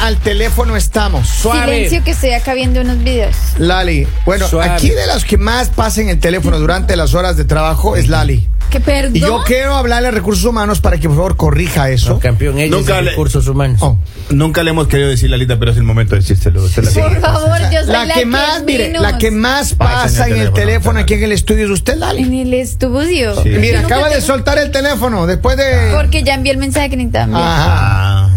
al teléfono estamos. Suave. Silencio que estoy acá viendo unos videos. Lali, bueno, Suave. aquí de las que más pasen el teléfono durante las horas de trabajo es Lali. Que perdón. Y yo quiero hablarle a recursos humanos para que por favor corrija eso. No, campeón, ellos Nunca en le- recursos humanos. Oh. Nunca le hemos querido decir Lalita, pero es el momento de decírselo. Se la Sí. digo. Por favor, yo soy la, la que más, mire, la menos que más Pasa pasa en el teléfono claro. aquí en el estudio es usted, Lali. En el estudio. Sí. Yo Mira, nunca acaba de tengo- soltar el teléfono después de. Porque ya envié el mensaje que necesitaba enviar. Ajá. Ah.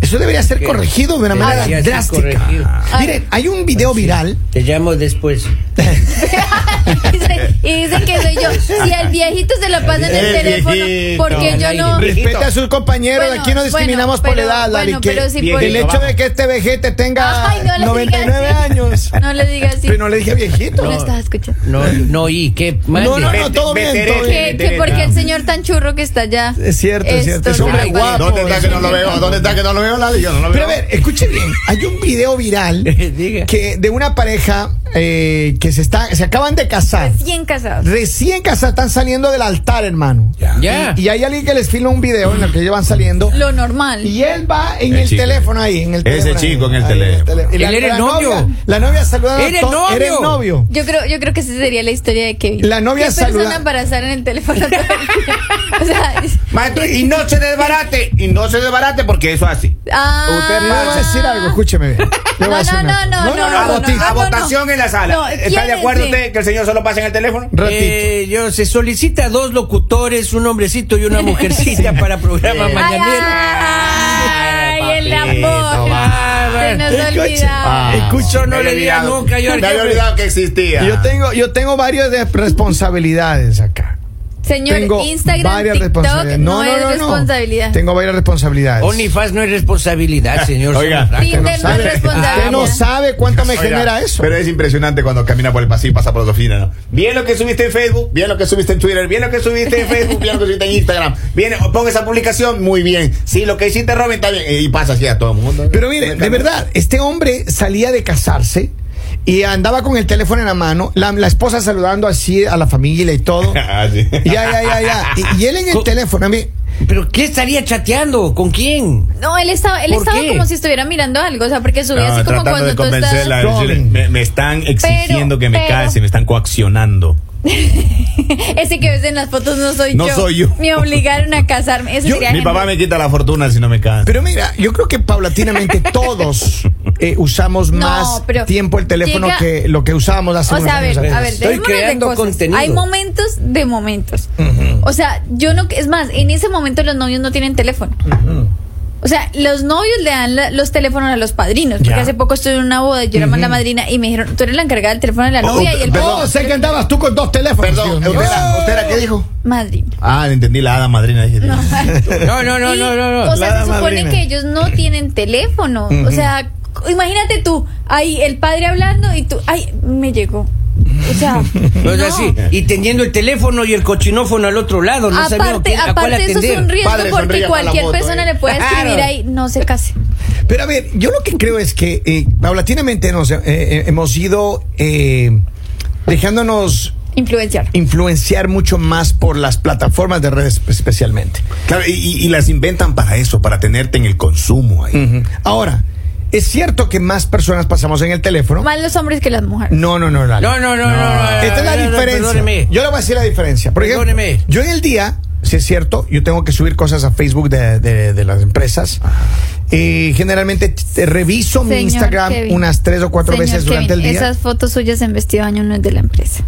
Eso debería ser corregido de una manera Debería ser corregido. Pues drástica. Miren, hay un video viral. Te llamo después. y dicen- y dicen que soy yo. Si al viejito se lo pasa en el El teléfono, viejito. porque Al yo aire. no. Viejito. Respete a sus compañeros, Bueno, aquí no discriminamos por bueno, pero- la edad, Lali. bueno, que pero sí por- el hecho de que este vejete tenga Ay, no le digas 99 así. años. No le digas así. Pero no le dije viejito. No estás escuchando. No, no, y qué mal. Eh. No, no, no, todo bien, todo Que, bien. que porque el señor tan churro que está allá. Es cierto, es cierto. esto Es hombre se lo- guapo. ¿Dónde está que no lo veo? ¿Dónde está que no lo veo, Lali? Yo no lo veo. Pero a ver, escuche bien. Hay un video viral Diga. que de una pareja eh, que se está, se acaban de casar. Recién casados. Recién casadas, están saliendo del altar, hermano. Ya. Y hay alguien que les filma un video en el que ellos van saliendo. Lo normal. Y él va en el, El chico. teléfono ahí, en el Ese teléfono chico ahí, en el ahí teléfono. Y Él era el novio. novia- la novia saludando. Era el to- novio. Era el novio. Yo creo, yo creo que esa sería la historia de Kevin. La novia ¿Qué saluda- persona embarazada en el teléfono? todo el día? o sea, es- Maestro, y no se desbarate, y no se desbarate porque eso hace. ah, Usted Le voy a decir algo, escúcheme bien. Le voy a No, decir no, una- no, no, no, A, no, vota- no, a no, votación no. en la sala. No, ¿Está de ¿quién acuerdo es? usted que el señor solo pasa en el teléfono? Ratito. Eh, yo, se solicita dos locutores, un hombrecito y una mujercita para programa Sí. ay, mañanero. ay, ay, el Papito, amor. va. Se nos Escuche. olvidaba. Escucho, no le diga nunca. Yo Me había Ah. olvidado que existía. Yo tengo, yo tengo varias de- responsabilidades acá. Señor, tengo Instagram, varias TikTok no, responsabilidades. es responsabilidad. Tengo varias responsabilidades. OnlyFans no es responsabilidad, señor. Oiga. Somos Usted no fracas. Tinder no sabe- es responsabilidad. Usted no sabe cuánto me Oiga, genera eso. Pero es impresionante cuando camina por el pasillo y pasa por la oficina. ¿no? Bien lo que subiste en Facebook, bien lo que subiste en Twitter, bien lo que subiste en Facebook, bien lo que subiste en Instagram. Bien, pon esa publicación, muy bien. Sí, lo que hiciste Robin está bien. Y pasa así a todo el mundo. Pero mire, de verdad, este hombre salía de casarse y andaba con el teléfono en la mano, la, la esposa saludando así a la familia y todo. Ah, sí. Ya, ya, ya, ya. Y, y él en el Co- teléfono, a mí. ¿Pero qué estaría chateando? ¿Con quién? No, él estaba, él ¿Por estaba qué? como si estuviera mirando algo, o sea, porque subía No, así como Ah, tratando cuando de tú estás. convencerla. decirle, Robin. me, me están exigiendo que me pero- case, me están coaccionando. Ese que ves en las fotos no soy No yo. soy yo. Me obligaron a casarme. Ese Yo- sería Mi Henry. papá me quita la fortuna si no me caso. Pero mira, yo creo que paulatinamente todos eh, usamos No, más pero tiempo el teléfono llega- que lo que usábamos hace O unos sea, a años ver, a atrás. ver, Estoy dejémonos creando de cosas. contenido. Hay momentos de momentos. O sea, yo no, es más, en ese momento los novios no tienen teléfono. O sea, los novios le dan la- los teléfonos a los padrinos. Porque Ya. hace poco estuve en una boda, yo era más la madrina y me dijeron, tú eres la encargada del teléfono de la Oh, novia y el Perdón, padrino. sé que andabas tú con dos teléfonos. Perdón, Dios mío. Oh. Eutela, ¿Eutela qué dijo? Madrina. Ah, entendí la hada madrina. dije. No. No, no, no, Y, no, no. no. O sea, Nada se más supone dime. que ellos no tienen teléfono. O sea, c- imagínate tú, ahí el padre hablando y tú, ay, me llegó. O sea, No es no. así. Y tendiendo el teléfono y el cochinófono al otro lado. Pues No sabía aparte, quién- a cuál aparte eso es atender. un riesgo Padre, porque sonría para la cualquier foto, persona eh. le puede escribir Claro. ahí, no se case. Pero a ver, yo lo que creo es que eh, paulatinamente nos, eh, eh, hemos ido eh, dejándonos Influenciar. influenciar mucho más por las plataformas de redes especialmente. Claro, y, y- y las inventan para eso, para tenerte en el consumo ahí. Ahora, es cierto que más personas pasamos en el teléfono. Más los hombres que las mujeres. No, no, no, Lali. No, no, no, no. no, no, Esta es la no, no, diferencia. Perdóneme. Yo le voy a decir la diferencia. Por ejemplo, Perdóneme. yo en el día, si es cierto, yo tengo que subir cosas a Facebook de, de- de las empresas. Ah. Y generalmente te reviso mi Señor Instagram Kevin. unas tres o cuatro Señor veces durante Kevin, el día. Esas fotos suyas en vestido de año no es de la empresa.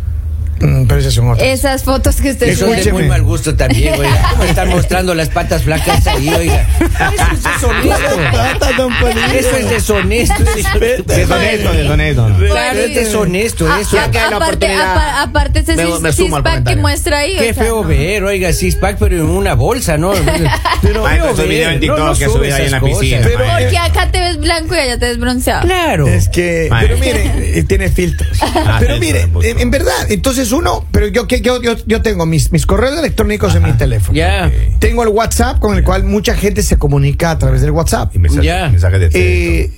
Mm, pero esas son otras. Esas fotos que usted Eso es de Escúcheme. muy mal gusto también, oiga. ¿Cómo están mostrando las patas flacas ahí, oiga? Eso es deshonesto. Trata, don Polibio. Eso es deshonesto, señor. Deshonesto, deshonesto. Claro, es deshonesto eso. A- que hay Ah, la aparte, oportunidad, apa- aparte ese me- six- me sumo al six-pack que comentario. muestra ahí. o Qué sea, feo no. ver, oiga, six pack, pero en una bolsa, ¿no? Pero Maestro, feo ese video ver, en TikTok no, no que sube subí esas ahí en la piscina, cosas. maestro. Porque acá te ves blanco y allá te ves bronceado. Claro. Es que, Vale. pero mire, eh, tiene filtros. Ah, pero filtro, mire, puto. en, en verdad, entonces uno, pero yo que yo, yo, yo tengo mis, mis correos electrónicos en mi teléfono. Ya. Tengo el WhatsApp con el cual mucha gente se comunica a través del WhatsApp. Y mensaje, Ya. mensaje de texto. Eh,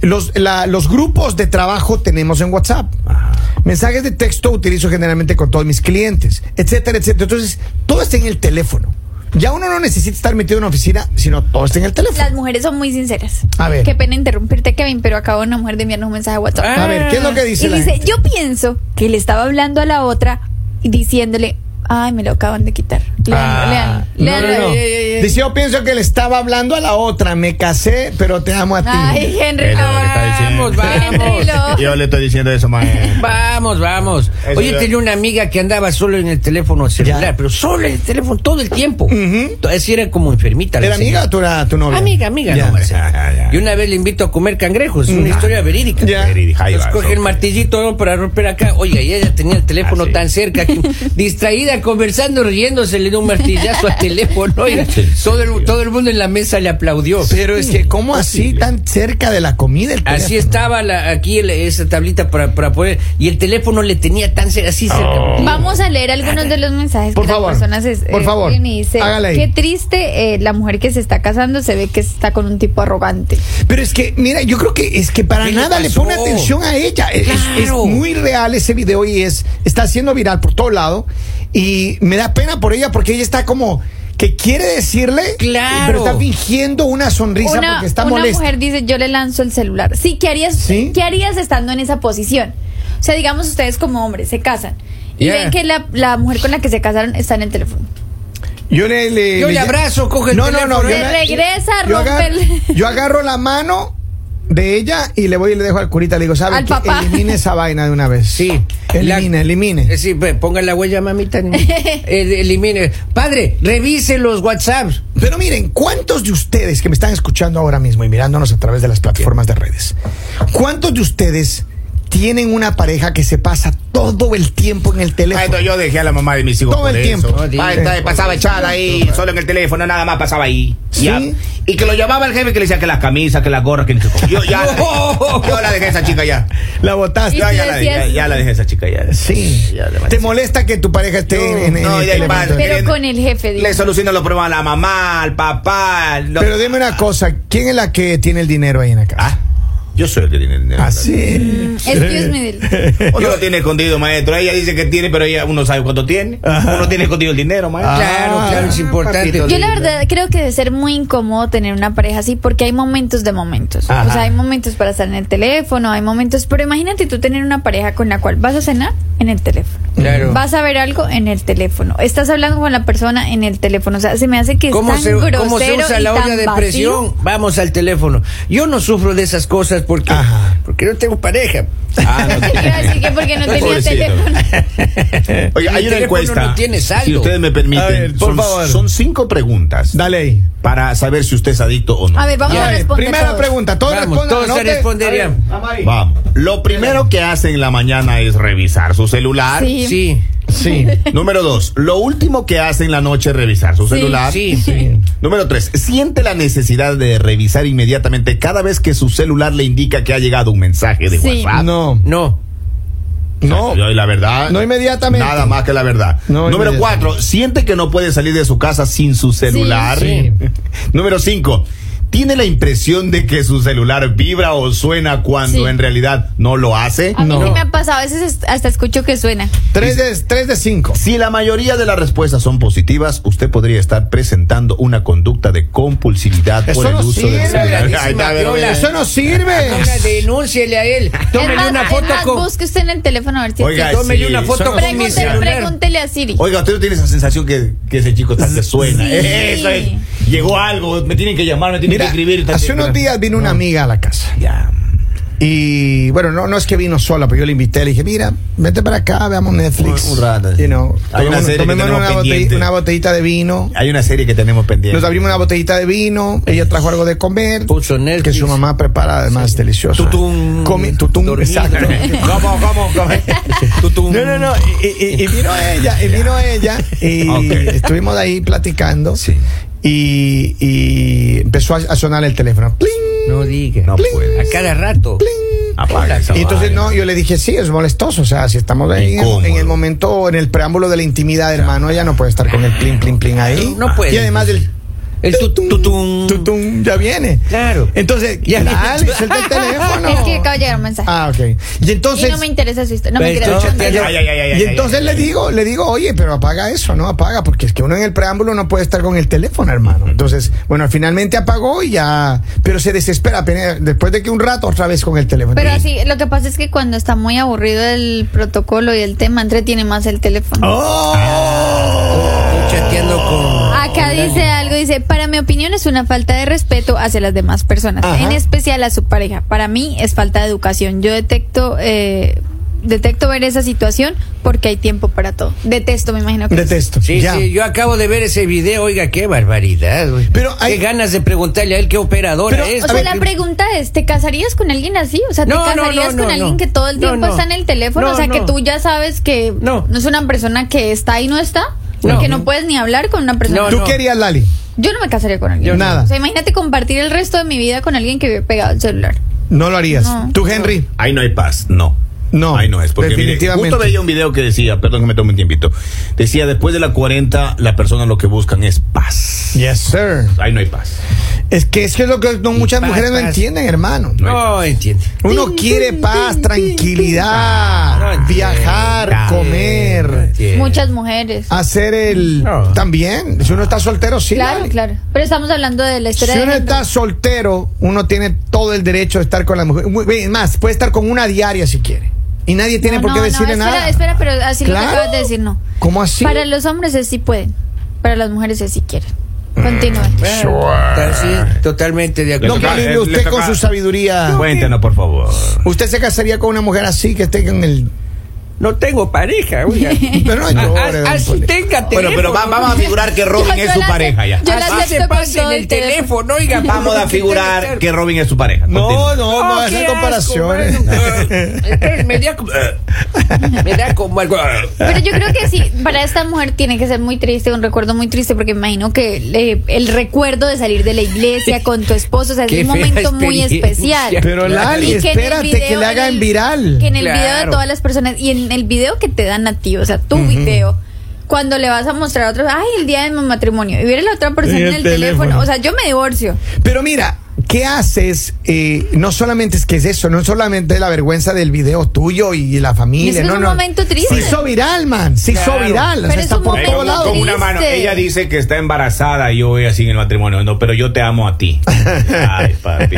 los, la- los grupos de trabajo tenemos en WhatsApp. Ajá. Mensajes de texto utilizo generalmente con todos mis clientes, etcétera, etcétera. Entonces, todo está en el teléfono. Ya uno no necesita estar metido en una oficina, sino todo está en el teléfono. Pues, Las mujeres son muy sinceras. A ver. Qué pena interrumpirte, Kevin, pero acabo una mujer de enviarnos un mensaje a WhatsApp. A ver, ¿qué es lo que dice Y la dice, gente? yo pienso que le estaba hablando a la otra y diciéndole, ay, me lo acaban de quitar. Lean, Ah, lean, no, no, no. Dice, yo pienso que le estaba hablando a la otra, me casé, pero te amo a ti. Ay, Henry. Eso es lo que está diciendo. Vamos, Henry, vamos. Eh, lo- Yo le estoy diciendo eso, maestro. Vamos, vamos. Eso Oye, ya. tenía una amiga que andaba solo en el teléfono celular, Ya. pero solo en el teléfono todo el tiempo. Entonces era como enfermita. la ¿Era amiga señora. o tú era tu novia? Amiga, amiga, Ya. no, Marcela. Ya, ya, ya. Y una vez le invito a comer cangrejos, una historia verídica. Ya. Verídica, ahí Entonces va, coge eso. el martillito ¿no? para romper acá. Oye, y ella tenía el teléfono Ah, sí. tan cerca, que, distraída, conversando, riéndose, le dio un martillazo al teléfono. oiga. Sí, sí, todo, sí. el, todo el mundo en la mesa le aplaudió. Pero es que, ¿cómo así tan cerca de la comida el Así teléfono? estaba la, aquí el- esa tablita para, para poder. Y el teléfono le tenía tan cerca, así cerca. Vamos a leer algunos de los mensajes Por que favor, las personas es- eh, por favor, escriben y dice, hágala ahí. qué triste eh, la mujer que se está casando se ve que está con un tipo arrogante. Pero es que, mira, yo creo que es que para ¿Qué le nada le pasó? pone atención a ella. Es, es- es Claro. muy real ese video y es está siendo viral por todo lado. Y me da pena por ella porque ella está como que quiere decirle, Claro. pero está fingiendo una sonrisa Una, porque está una molesta. mujer dice, yo le lanzo el celular. Sí, ¿qué harías, Sí. ¿qué harías estando en esa posición? O sea, digamos ustedes como hombres se casan y Yeah. ven que la, la mujer con la que se casaron está en el teléfono. Yo le, le- Yo le lle- abrazo, coge el Eh, no, no, no, teléfono. yo Te le- regresa, yo rompe agarro, el- yo agarro la mano de ella y le voy y le dejo al curita. Le digo, ¿sabe Al qué? papá. Elimine esa vaina de una vez. Sí. Elimine, La- elimine. Eh, Sí, pues, ponga la huella, mamita. Eh, elimine. Padre, revise los WhatsApps. Pero miren, ¿cuántos de ustedes que me están escuchando ahora mismo y mirándonos a través de las plataformas de redes? ¿Cuántos de ustedes tienen una pareja que se pasa todo el tiempo en el teléfono? Maestro, yo dejé a la mamá de mis hijos Todo por el eso. tiempo. No digas. Maestro, pasaba echada ahí, solo en el teléfono, nada más pasaba ahí. Sí. Ya. Y que lo llamaba el jefe que le decía que las camisas, que las gorras, que no sé cómo. Yo ya. No. Yo la dejé a esa chica ya. La botaste. Y- Ya, tú ya, la, dejé, ya, decías- ya la dejé a esa chica ya. Sí. Ya, demasiado. ¿Te molesta que tu pareja esté No, en, en- en no, el ya hay teléfono? padre. Pero bien. con el jefe. digo. Le soluciono los problemas a la mamá, al papá. al- Pero dime una cosa, ¿quién es la que tiene el dinero ahí en la casa? Ah, yo soy el que tiene el dinero. Ah, sí. Excuse me, Dil. Uno lo tiene escondido, maestro. Ella dice que tiene, pero ella uno sabe cuánto tiene. Uno tiene escondido el dinero, maestro. Ah, claro, claro, es importante. papito Yo la verdad creo que debe ser muy incómodo tener una pareja así porque hay momentos de momentos. Ajá. O sea, hay momentos para estar en el teléfono, hay momentos, pero imagínate tú tener una pareja con la cual vas a cenar en el teléfono. Claro. Vas a ver algo en el teléfono. Estás hablando con la persona en el teléfono. O sea, se me hace que es ¿Cómo tan se, grosero ¿Cómo se usa y la tan olla de vacío. presión? Vamos al teléfono. Yo no sufro de esas cosas porque, Ajá. porque no tengo pareja. Ah, no tiene. Iba a decir que porque no tenía Pobrecito. teléfono. Oye, Mi hay teléfono una encuesta. no tiene saldo. Si ustedes me permiten. A ver, por son, favor. son cinco preguntas Dale ahí. para saber si usted es adicto o no. A ver, vamos Ya, a responder. eh, Primera todos. pregunta, todos Vamos, respondan. todos se anoten. responderían. A ver, vamos ahí. Vamos. Lo primero que hace en la mañana es revisar su celular. Sí. Sí. Sí. Número dos. Lo último que hace en la noche es revisar su Sí, celular. Sí, sí. Número tres. Siente la necesidad de revisar inmediatamente cada vez que su celular le indica que ha llegado un mensaje de Sí. WhatsApp. No, No. no. Yo, y la verdad. No inmediatamente. Nada más que la verdad. No Número inmediatamente. cuatro, siente que no puede salir de su casa sin su celular. Sí. Número cinco, tiene la impresión de que su celular vibra o suena cuando Sí. en realidad no lo hace. A mí No. sí me ha pasado, a veces es- hasta escucho que suena. Tres de, tres de cinco. Si la mayoría de las respuestas son positivas, usted podría estar presentando una conducta de compulsividad Eso por el no uso sirve, del celular. grandísima Ahí está, a ver, a ver. viola. Eso no Ah, Ahora sirve. denúnciele a él. es Tómele más, una es foto más, con. busque usted en el teléfono a ver si Oiga, es cierto. Tómele sí, una foto son- con mi Pregúntele, celular. pregúntele a Siri. Oiga, usted no tiene esa sensación que, que ese chico está que suena. Sí. Eso es. Llegó algo, me tienen que llamar, me tienen Mira, que escribir. está- hace unos días vino una amiga a la casa. Ya. Y bueno, no, no es que vino sola, pero yo le invité, le dije, mira, vete para acá, veamos Netflix. Un- un rato. You know, Hay una tomemos- serie que tomemos tenemos una, bote- pendiente. una botellita de vino. Hay una serie que tenemos pendiente. Nos abrimos una botellita de vino, ella trajo algo de comer, Puso Netflix. que su mamá prepara además delicioso. Tutum. Comi- tutum, Dormir. exacto. ¿Cómo, cómo, cómo? Tutum. No, no, no. Y, y- y vino ella, y vino ella, y Ok. estuvimos ahí platicando. Sí. Y, y empezó a, a sonar el teléfono. ¡Pling! No diga. No Pling. puede. A cada rato. ¡Pling! Apaga esa Y entonces vaina. no, yo le dije, sí, es molestoso. O sea, si estamos ahí en el, Incómodo. en el momento, en el preámbulo de la intimidad, hermano, ella no puede estar con el plin, plin, plin ahí. No puede. Y además del El tutum. tutum. Tutum, ya viene. Claro. Entonces, Ya viene. dale, suelta el teléfono. Es que acaba de llegar un mensaje. Ah, ok. Y entonces. y no me interesa su historia. No me Pero interesa. esto- Ay, ay, ay, ay, ay, y ay, entonces ay, le ay. digo, le digo, oye, pero apaga eso, ¿no? Apaga, porque es que uno en el preámbulo no puede estar con el teléfono, hermano. Entonces, bueno, finalmente apagó y ya, pero se desespera apenas- después de que un rato otra vez con el teléfono. Pero así, lo que pasa es que cuando está muy aburrido el protocolo y el tema, entretiene más el teléfono. Oh, Ah, Estoy chateando con. Acá con dice Dani. algo, dice, para mi opinión es una falta de respeto hacia las demás personas, Ajá. en especial a su pareja. Para mí es falta de educación. Yo detecto, eh, detecto ver esa situación porque hay tiempo para todo. Detesto, me imagino que... Detesto. Sí, ya. sí, yo acabo de ver ese video, oiga, qué barbaridad. güey. Pero hay- Qué ganas de preguntarle a él qué operadora Pero, es. eh, O A sea, ver, la que- pregunta es, ¿te casarías con alguien así? O sea, ¿te No, no, casarías no, no, con alguien no. que todo el No, tiempo no. está en el teléfono? No, o sea, que no. tú ya sabes que no. No. es una persona que está y no está. No. Porque no puedes ni hablar con una persona. No, ¿Tú no. querías, Lali? Yo no me casaría con alguien. Yo no. Nada. O sea, imagínate compartir el resto de mi vida con alguien que vive pegado al celular. No lo harías. No. ¿Tú, Henry? Ahí no hay paz, no. No, Ahí no es. Porque mire, definitivamente. justo veía un video que decía, perdón que me tome un tiempito. Decía, después de la 40, las personas lo que buscan es paz. Yes, sir. Ahí no hay paz. Es que es que es lo que no, muchas Paz, mujeres no paz. entienden, hermano. No entiende. Uno quiere paz, Ah, tranquilidad, no viajar, entiende, no comer, entiende. Muchas mujeres. hacer el... No. También, si uno está soltero, Ah, sí. claro, Lali. claro. Pero estamos hablando de la Si historia de uno Henry. está soltero, uno tiene todo el derecho de estar con la mujer. Muy bien, Es más, puede estar con una diaria si quiere. Y nadie tiene No, por qué no, no, decirle espera, nada. Espera, pero así lo Claro. que acabas de decir, no. ¿Cómo así? Para los hombres es sí pueden. Para las mujeres es sí quieren. Mm. Continúa. Bueno, sí, totalmente de No, acuerdo. que toca- eh, alivie le usted con toca- su sabiduría. Cuéntenos, Ah. por favor. Usted se casaría con una mujer así que esté en el. No tengo pareja, oiga. Ah, Pero no hay pues. llores, don Así Poli. tenga Bueno, pero va- vamos a figurar que Robin Yo- es yo su la- pareja ya. yo la Así acepto se con pase todo en el el teléfono. teléfono, oiga. Vamos a porque figurar tenga que Robin es su pareja. No, Continúa. no, no, Oh, esas qué comparaciones. asco, bueno. Entonces, me da como. Me da como algo. Pero yo creo que sí, para esta mujer tiene que ser muy triste, un recuerdo muy triste, porque me imagino que eh, el recuerdo de salir de la iglesia con tu esposo, o sea, es Qué un fea momento muy experiencia. especial. Pero Claro. Lali, Y que en el espérate video, que le hagan en el- viral. Que en el video de Claro. todas las personas y en el video que te dan a ti, o sea, tu video. Cuando le vas a mostrar a otro, ay, el día de mi matrimonio, y viene la otra persona Y en el el teléfono. teléfono. o sea, yo me divorcio. Pero mira, ¿qué haces? Eh, no solamente es que es eso, no solamente la vergüenza del video tuyo y la Es familia. que es no, un no. momento triste. Se hizo viral, man. Se hizo Claro. viral. o sea, Pero es está un por momento todos lados. con una mano. triste. Ella dice que está embarazada y yo voy así en el matrimonio. No, pero yo te amo a ti. Ay, papi.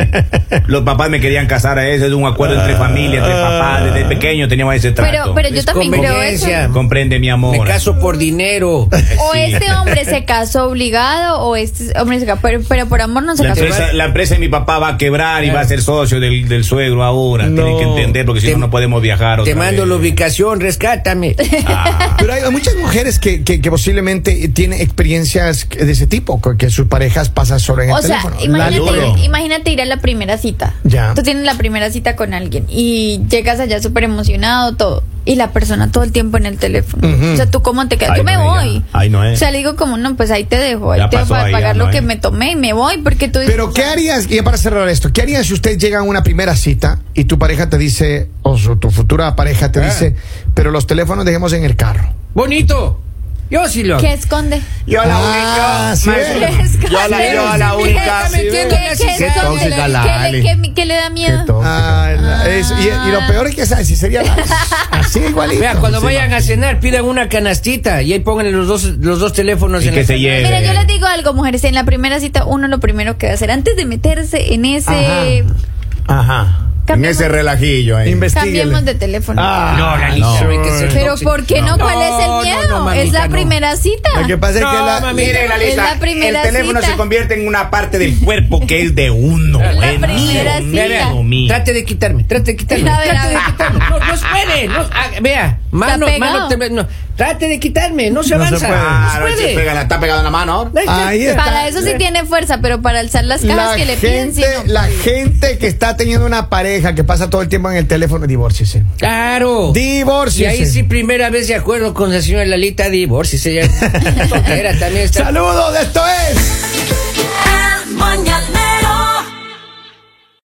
Los papás me querían casar a ese. Es un acuerdo entre familia, entre papás. Desde pequeño teníamos ese trato. Ah. Pero, pero yo Es también creo eso. conveniencia. Comprende, mi amor. Me caso por dinero. O Sí. este hombre se casó obligado, o este hombre se casó, pero, pero por amor no se La casó. empresa, la empresa de mi papá va a quebrar y va a ser socio del, del suegro ahora. No. Tienen que entender porque si Te- no, no podemos viajar. Te otra mando vez. Ah. la ubicación, rescátame. Pero hay hay muchas mujeres que, que, que posiblemente tienen experiencias de ese tipo, que que sus parejas pasan solo en el O sea, teléfono. Lalo. imagínate, imagínate ir a la primera cita. Ya. Tú tienes la primera cita con alguien y llegas allá súper emocionado, todo. Y la persona todo el tiempo en el teléfono. Ujú. O sea, ¿tú cómo te quedas? Ay, Yo me no, ya. voy. Ay, no, eh. O sea, le digo como, no, pues ahí te dejo. Ahí Ya te dejo pasó, para ahí, ya pagar no, lo que eh. me tomé y me voy porque tú... Pero ¿qué harías, y ya para cerrar esto, qué harías si usted llega a una primera cita y tu pareja te dice, o su- tu futura pareja te Ah. dice, pero los teléfonos dejemos en el carro? Bonito. Yo sí lo. ¿Qué esconde? Yo a la Ah, única. sí, maestro, es. yo a la, yo a la única. Sí, ¿Qué, ve. qué Qué esconde? tóxica la ¿Qué le- Ale. qué- ¿Qué le da miedo? Qué tóxica. Ah, la- es- y, y lo peor es que ¿sabes? si sería la- así igualito. Vea, cuando Sí, vayan a cenar, pidan una canastita y ahí pongan los dos, los dos teléfonos Y en que la se canasta. lleve. Mira, yo les digo algo, mujeres. En la primera cita, uno lo primero que va a hacer antes de meterse en ese. Ajá. Ajá. En Cambiemos- ese relajillo ahí. Investíguele. Cambiemos de teléfono. Ah, No, la no. hay que ser Pero tóxico. ¿por qué no? ¿Cuál es No, el no, miedo? no, mamita, es la no. primera cita. Lo que pasa No, es que la, mami. Miren, la Es lista. la primera el teléfono cita. se convierte en una parte del cuerpo que es de uno. Es la es primera mío, cita. mío, mío. Trate de quitarme, trate de quitarme. A ver, trate a ver. de quitarme. No, no espere. No, ah, vea, mano, pegado. mano, te- no. trate de quitarme, no se No se avanza. puede. no se Claro, puede. se pega, la- está pegada en la mano ahora. Ahí está. Para eso sí tiene fuerza, pero para alzar las cajas la que le piden, sí. gente, no. la gente que está teniendo una pareja que pasa todo el tiempo en el teléfono, divórciese. Claro. Y Divórciese. ahí sí, primera vez de acuerdo con la señora Lalita Divorcio. Ella soltera también está. Saludos, esto es. El mañanero